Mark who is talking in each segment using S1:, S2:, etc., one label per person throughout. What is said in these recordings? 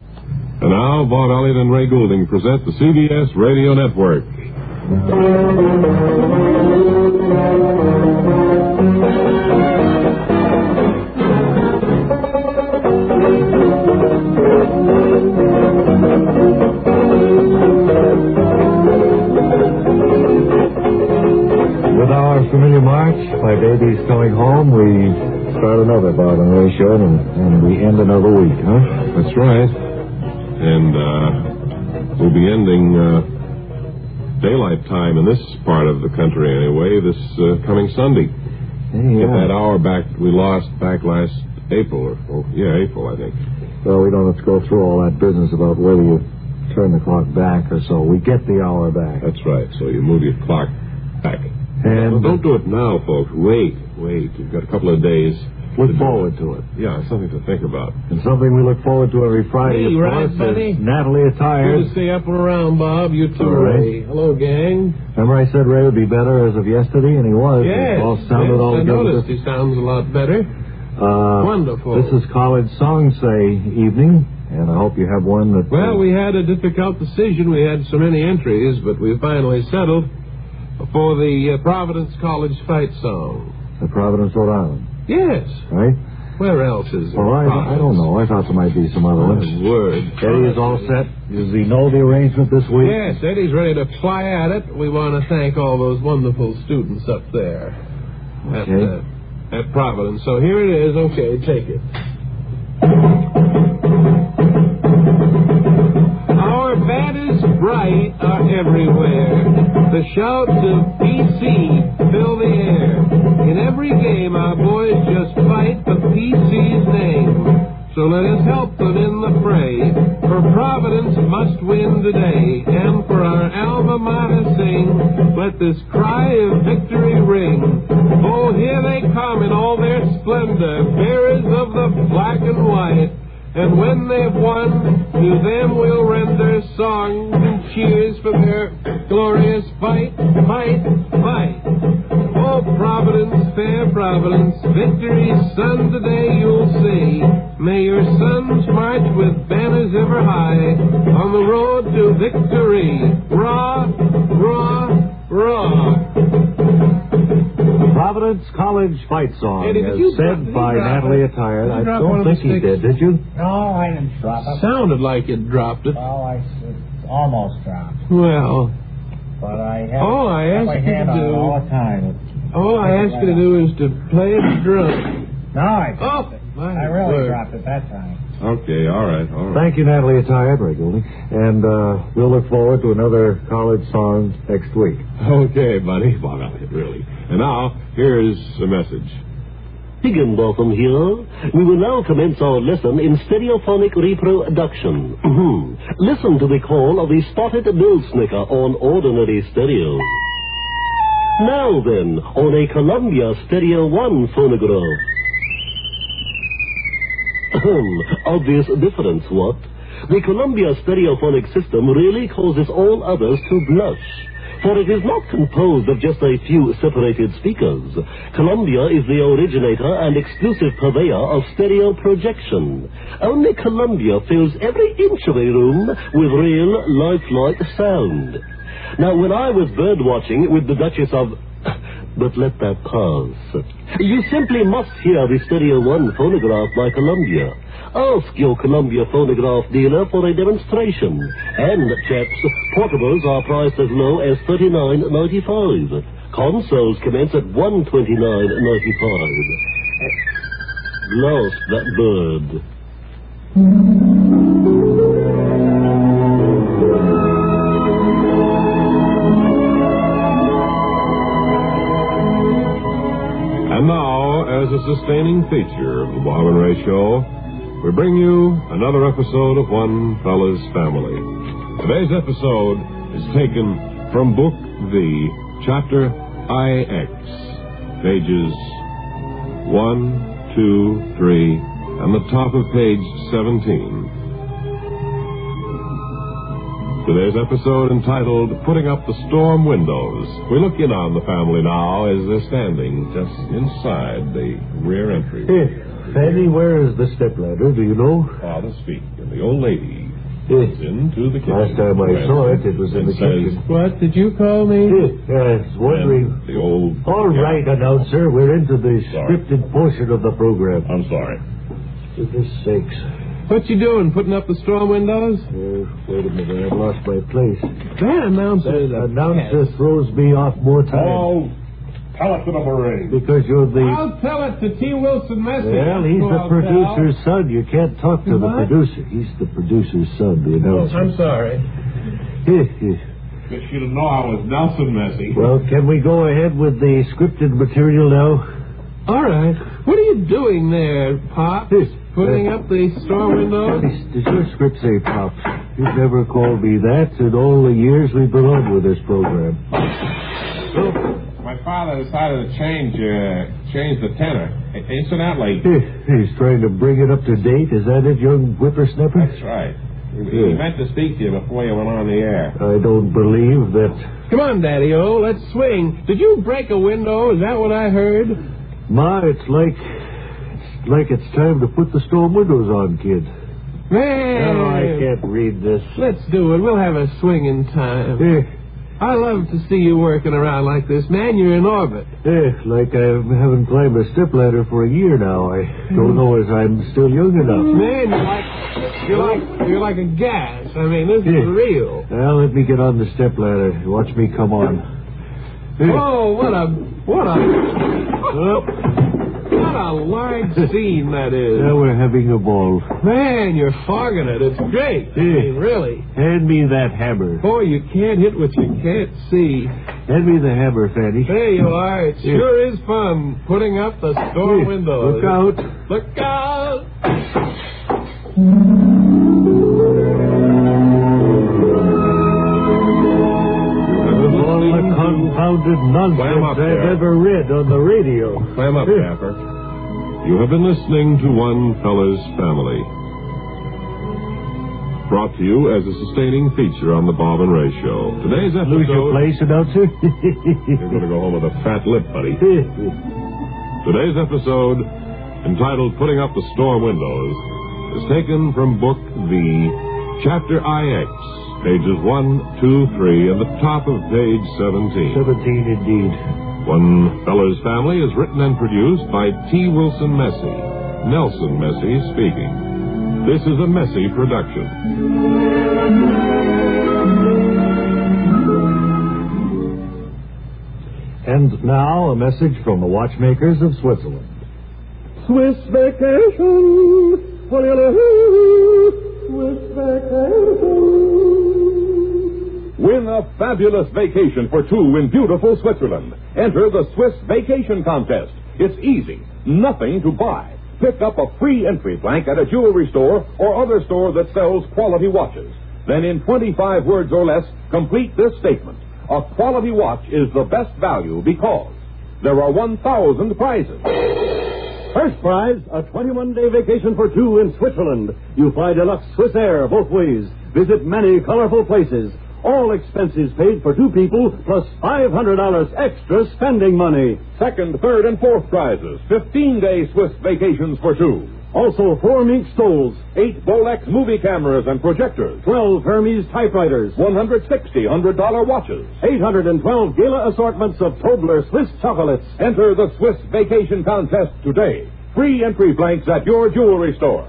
S1: And now, Vaught Elliott and Ray Goulding present the CBS Radio Network.
S2: With our familiar march, my baby's going home, we start another Bob and Ray show, and, and we end another week, huh?
S1: That's right. And uh, we'll be ending uh, daylight time in this part of the country, anyway, this uh, coming Sunday.
S2: Hey, uh,
S1: Get that
S2: yeah.
S1: hour back we lost back last April, or oh, yeah, April, I think.
S2: Well, we don't have to go through all that business about whether you turn the clock back or so. We get the hour back.
S1: That's right. So you move your clock back. Well,
S2: And
S1: don't do it now, folks. Wait, wait. You've got a couple of days.
S2: look forward to it.
S1: Yeah, something to think about.
S2: And something we look forward to every Friday,
S3: Hey,
S2: of
S3: right,
S2: course,
S3: buddy?
S2: is Natalie Attires.
S3: Good to see you up and around, Bob. You too,
S2: All right.
S3: Ray. Hello, gang.
S2: Remember I said Ray would be better as of yesterday, and he was.
S3: Yes.
S2: It all sounded
S3: yes,
S2: all
S3: I
S2: good.
S3: noticed he sounds a lot better.
S2: Uh,
S3: Wonderful.
S2: This is College Song Say evening, and I hope you have one that.
S3: Well, we had a difficult decision. We had so many entries, but we finally settled for the uh, Providence College fight song.
S2: The Providence, Rhode Island,
S3: yes.
S2: right?
S3: Where else is it?
S2: Well, I, I don't know. I thought there might be some other ones.
S3: Providence? My word.
S2: Eddie is all set. Does he know the arrangement this week?
S3: Yes, Eddie's ready to fly at it. We want to thank all those wonderful students up there at,
S2: Okay.
S3: uh, at Providence. So here it is. Okay, take it. Our banners bright are everywhere. The shouts of PC fill the air. In every game, our boys just fight the PC's name. So let us help them in the fray. For Providence must win today. And for our alma mater sing. Let this cry of victory ring. Oh, here they come in all their splendor, bearers of the black and white. And when they've won, to them we'll render songs and cheers for their glorious fight, fight, fight. Oh, Providence, fair Providence, victory's sun today you'll see. May your sons march with banners ever high on the road to victory. Rah, rah, rah.
S2: Providence College Fight Song,
S3: Eddie, did
S2: as
S3: you drop-
S2: said
S3: did you
S2: by
S3: drop
S2: Natalie
S3: it?
S2: Attire.
S3: Did you
S2: I
S3: drop one
S2: don't
S3: of the
S2: think he did,
S3: sticks?
S2: did you?
S4: No, I didn't drop it.
S3: Sounded like you dropped it.
S4: Well, I s- almost dropped,
S3: Well,
S4: but I have,
S3: Oh, I
S4: have
S3: asked
S4: my
S3: you
S4: hand
S3: to
S4: on
S3: do-
S4: it all the time.
S3: all oh, I asked you to do is to play the drum.
S4: No, I
S3: Oh,
S4: dropped it.
S3: my
S4: I really
S3: word.
S4: dropped it that time.
S1: Okay, all right, all right.
S2: Thank you, Natalie Attire, very guilty. And uh, we'll look forward to another college song next week.
S1: Okay, buddy. Bob Elliott, really. And now, here's a message.
S5: Higginbotham here. We will now commence our lesson in stereophonic reproduction. Listen to the call of the spotted bill-snicker on ordinary stereo. Now then, on a Columbia Stereo 1 phonograph. Ahem. Obvious difference, what? The Columbia stereophonic system really causes all others to blush. For it is not composed of just a few separated speakers. Columbia is the originator and exclusive purveyor of stereo projection. Only Columbia fills every inch of a room with real, lifelike sound. Now, when I was bird watching with the Duchess of But let that pass. You simply must hear the Stereo 1 phonograph by Columbia. Ask your Columbia phonograph dealer for a demonstration. And, chaps, portables are priced as low as $39.95. Consoles commence at $129.95. Lost that bird.
S1: And now, as a sustaining feature of the Bob and Ray Show, we bring you another episode of One Fella's Family. Today's episode is taken from Book V, Chapter IX, pages 1, 2, 3, and the top of page 17. Today's episode entitled Putting Up the Storm Windows. We look in on the family now as they're standing just inside the rear entry.
S2: Eddie, where is the stepladder? Do you know?
S1: father speak, and the old lady into the kitchen.
S2: Last time I saw it, it was
S1: and
S2: in the
S1: says,
S2: kitchen.
S3: What did you call me?
S2: Uh, it's wondering.
S1: "And the old.
S2: All
S1: Yeah.
S2: right, announcer, we're into the
S1: Sorry.
S2: scripted portion of the program.
S1: I'm sorry.
S2: Goodness sakes.
S3: What you doing? Putting up the straw windows?
S2: Uh, wait a minute, I lost my place.
S3: That announcer.
S2: That announcer throws me off more
S1: Oh.
S2: time
S1: pellets in a parade.
S2: because you're the.
S3: I'll tell it to T. Wilson Messing.
S2: Well, he's the producer's son. You can't talk to the
S3: What?
S2: producer. He's the producer's son, the announcer.
S3: sorry.
S1: Guess you didn't know I was Nelson Messing.
S2: well, can we go ahead with the scripted material now?
S3: All right. What are you doing there, Pop?
S2: Yes.
S3: Putting up the straw windows?
S2: Does does your script say Pop? You've never called me that in all the years we've been on with this program.
S1: My father decided to change uh, change the tenor. I- Incidentally,
S2: Eh, He's trying to bring it up to date. Is that it, young whippersnapper?
S1: that's right. He, he meant to speak to you before you went on the air.
S2: I don't believe that
S3: Come on, Daddy O, let's swing. Did you break a window? Is that what I heard?
S2: Ma, it's like it's like it's time to put the storm windows on, kid.
S3: Man,
S2: No, I can't read this.
S3: let's do it. We'll have a swing in time.
S2: Eh,
S3: I love to see you working around like this, man. You're in orbit.
S2: eh, like I haven't climbed a step ladder for a year now. I don't know if I'm still young enough.
S3: Man, you're like you're like you're like a gas. I mean, this is
S2: Yeah.
S3: real.
S2: Now let me get on the step ladder. Watch me come on. Eh,
S3: Oh, what a what a
S2: oh,
S3: what a large scene that is.
S2: now we're having a ball.
S3: Man, you're fogging it. It's great. I
S2: Yeah.
S3: mean, really.
S2: Hand me that hammer.
S3: Boy, you can't hit what you can't see.
S2: Hand me the hammer, Fanny.
S3: There you are. It
S2: Yeah.
S3: sure is fun putting up the store
S2: Eh,
S3: windows.
S2: Look out.
S3: Look out!
S2: All the confounded
S1: Clam
S2: nonsense
S1: up
S2: I've
S1: there.
S2: ever read on the radio.
S1: Clam up, Capper. You have been listening to One Fella's Family. Brought to you as a sustaining feature on the Bob and Ray Show. Today's episode.
S2: Lose your place, announcer?
S1: You're going to go home with a fat lip, buddy. Today's episode, entitled Putting Up the Store Windows, is taken from Book V, Chapter IX, pages 1, 2, 3, and the top of page 17.
S2: 17 indeed.
S1: One Feller's Family is written and produced by T. Wilson Messy. Nelson Messy speaking. This is a Messy production.
S2: And now a message from the watchmakers of Switzerland.
S3: Swiss vacation. What do you do? Swiss vacation.
S1: Win a fabulous vacation for two in beautiful Switzerland. Enter the Swiss Vacation Contest. It's easy, nothing to buy. Pick up a free entry blank at a jewelry store or other store that sells quality watches. Then, in 25 words or less, complete this statement A quality watch is the best value because there are 1,000 prizes.
S2: First prize, a 21-day vacation for two in Switzerland. You fly deluxe Swiss Air both ways. Visit many colorful places. All expenses paid for two people, plus $500 extra spending money.
S1: Second, third, and fourth prizes 15 day Swiss vacations for two.
S2: Also, four mink stoles,
S1: Eight Bolex movie cameras and projectors.
S2: 12 Hermes typewriters,
S1: 160 $100 watches.
S2: 812 gala assortments of Tobler Swiss chocolates.
S1: Enter the Swiss Vacation Contest today. Free entry blanks at your jewelry store.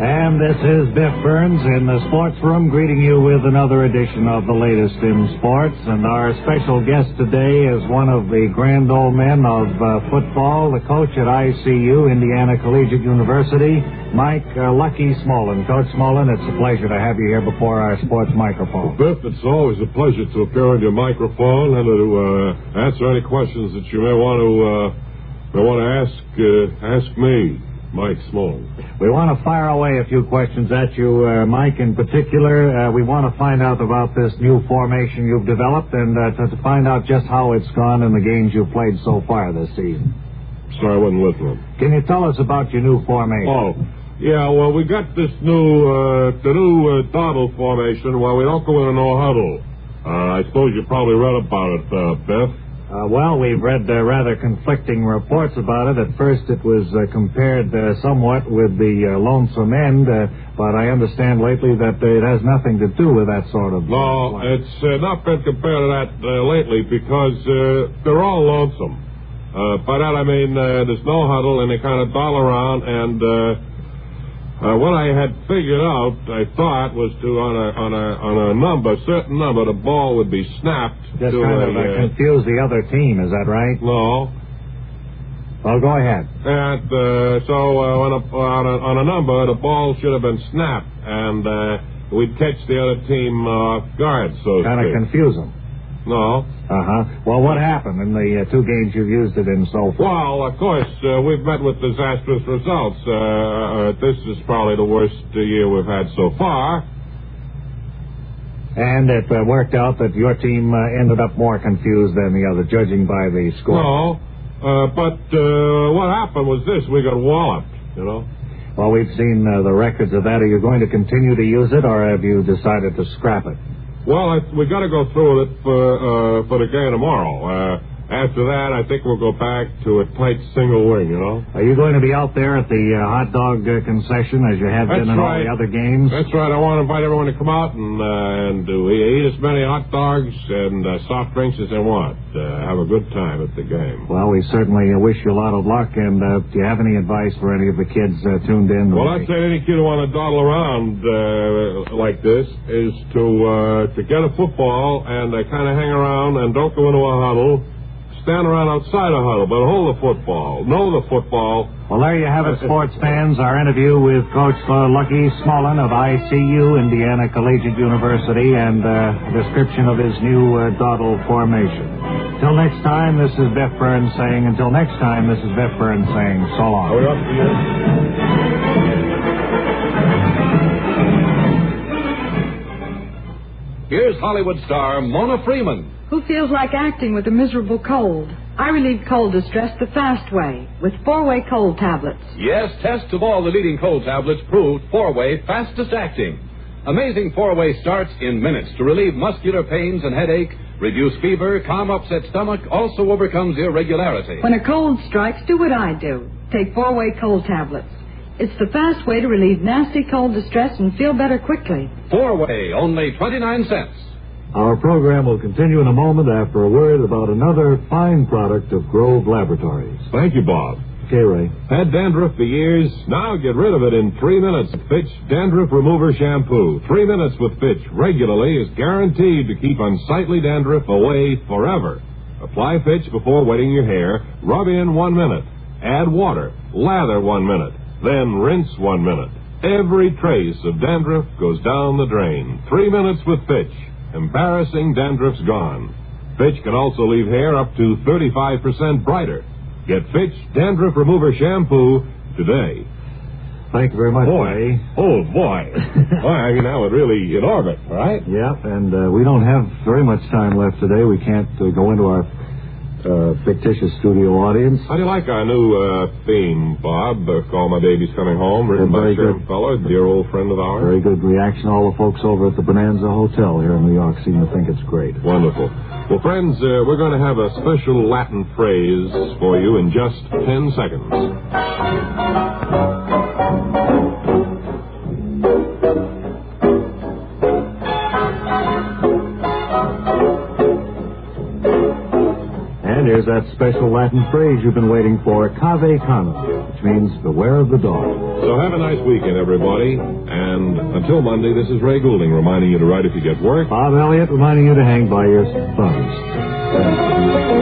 S2: And this is Biff Burns in the sports room greeting you with another edition of the latest in sports. And our special guest today is one of the grand old men of uh, football, the coach at ICU, Indiana Collegiate University, Mike uh, Lucky Smolin. Coach Smolin, it's a pleasure to have you here before our sports microphone.
S1: Biff, it's always a pleasure to appear on your microphone and to uh, answer any questions that you may want to uh, may want to ask uh, ask me, Mike Small.
S2: We want to fire away a few questions at you, uh, Mike, in particular. Uh, we want to find out about this new formation you've developed and uh, to, to find out just how it's gone in the games you've played so far this season.
S1: Sorry, I wasn't listening.
S2: Can you tell us about your new formation?
S1: Oh, yeah. Well, we got this new uh, the new uh, dottle formation where we don't go in an no huddle. Uh, I suppose you probably read about it, uh, Biff.
S2: Uh, well, we've read uh, rather conflicting reports about it. At first, it was uh, compared uh, somewhat with the uh, Lonesome End, uh, but I understand lately that uh, it has nothing to do with that sort of.
S1: No,
S2: plot.
S1: it's uh, not been compared to that uh, lately because uh, they're all lonesome. Uh, by that I mean uh, there's no huddle and they kind of doll around. And uh, uh, what I had figured out, I thought, was to on a on a on a number, certain number, the ball would be snapped
S2: just
S1: to a.
S2: kind of uh,
S1: uh,
S2: confuse the other team. Is that right?
S1: no,
S2: Well, go ahead.
S1: And uh, so uh, on, a, on, a, on a number, the ball should have been snapped, and uh, we'd catch the other team uh, off guard, so to
S2: Kind of
S1: speak.
S2: confuse them.
S1: no.
S2: Uh huh. Well, what happened in the uh, two games you've used it in so far?
S1: Well, of course, uh, we've met with disastrous results. Uh, uh, this is probably the worst uh, year we've had so far.
S2: And it uh, worked out that your team uh, ended up more confused than the other, judging by the score.
S1: No. Uh, but uh, what happened was this we got walloped, you know.
S2: Well, we've seen uh, the records of that. Are you going to continue to use it, or have you decided to scrap it?
S1: Well, I, we got to go through with it for uh, for the game tomorrow. Uh, after that, I think we'll go back to a tight single wing, you know.
S2: Are you going to be out there at the uh, hot dog uh, concession as you have
S1: That's
S2: been in all
S1: right.
S2: the other games?
S1: That's right. I want to invite everyone to come out and uh, and uh, we eat as many hot dogs and uh, soft drinks as they want. Uh, have a good time at the game.
S2: Well, we certainly uh, wish you a lot of luck, and uh, do you have any advice for any of the kids uh, tuned in?
S1: Well, I'd say any kid who want to dawdle around uh, like this is to uh, to get a football and uh, kind of hang around and don't go into a huddle. Stand around outside a huddle, but hold the football. Know the football.
S2: Well, there you have it, sports fans. Our interview with Coach uh, Lucky Smolin of ICU, Indiana Collegiate University, and uh, description of his new uh, dottle formation. Till next time, this is Biff Burns saying, until next time, this is Biff Burns saying, so long.
S1: Are we up to you?
S6: Here's Hollywood star Mona Freeman.
S7: Who feels like acting with a miserable cold? I relieve cold distress the fast way with four way cold tablets.
S6: Yes, tests of all the leading cold tablets proved four way fastest acting. Amazing four way starts in minutes to relieve muscular pains and headache, reduce fever, calm upset stomach, also overcomes irregularity.
S7: When a cold strikes, do what I do take four way cold tablets. It's the fast way to relieve nasty cold distress and feel better quickly.
S6: Four way, only 29 cents.
S2: Our program will continue in a moment after a word about another fine product of Grove Laboratories.
S1: Thank you, Bob.
S2: Okay, Ray.
S1: Had dandruff for years? Now get rid of it in three minutes. Fitch Dandruff Remover Shampoo. Three minutes with Fitch regularly is guaranteed to keep unsightly dandruff away forever. Apply Fitch before wetting your hair. Rub in one minute. Add water. Lather one minute. Then rinse one minute. Every trace of dandruff goes down the drain. Three minutes with Fitch. Embarrassing dandruff's gone. Fitch can also leave hair up to 35% brighter. Get Fitch Dandruff Remover Shampoo today.
S2: Thank you very much, Ray.
S1: oh boy. boy, I mean, now it really in orbit, right?
S2: Yep, and uh, we don't have very much time left today. We can't uh, go into our uh, fictitious studio audience.
S1: How do you like our new uh, theme, Bob? Uh, Call My Baby's Coming Home, written by
S2: Very good.
S1: Sherman Feller, dear old friend of ours.
S2: Very good reaction. All the folks over at the Bonanza Hotel here in New York seem to think it's great.
S1: Wonderful. Well, friends, uh, we're going to have a special Latin phrase for you in just 10 seconds.
S2: And here's that special Latin phrase you've been waiting for, cave cano, which means beware of the dog.
S1: So have a nice weekend, everybody. And until Monday, this is Ray Goulding reminding you to write if you get work.
S2: Bob Elliott reminding you to hang by your thumbs.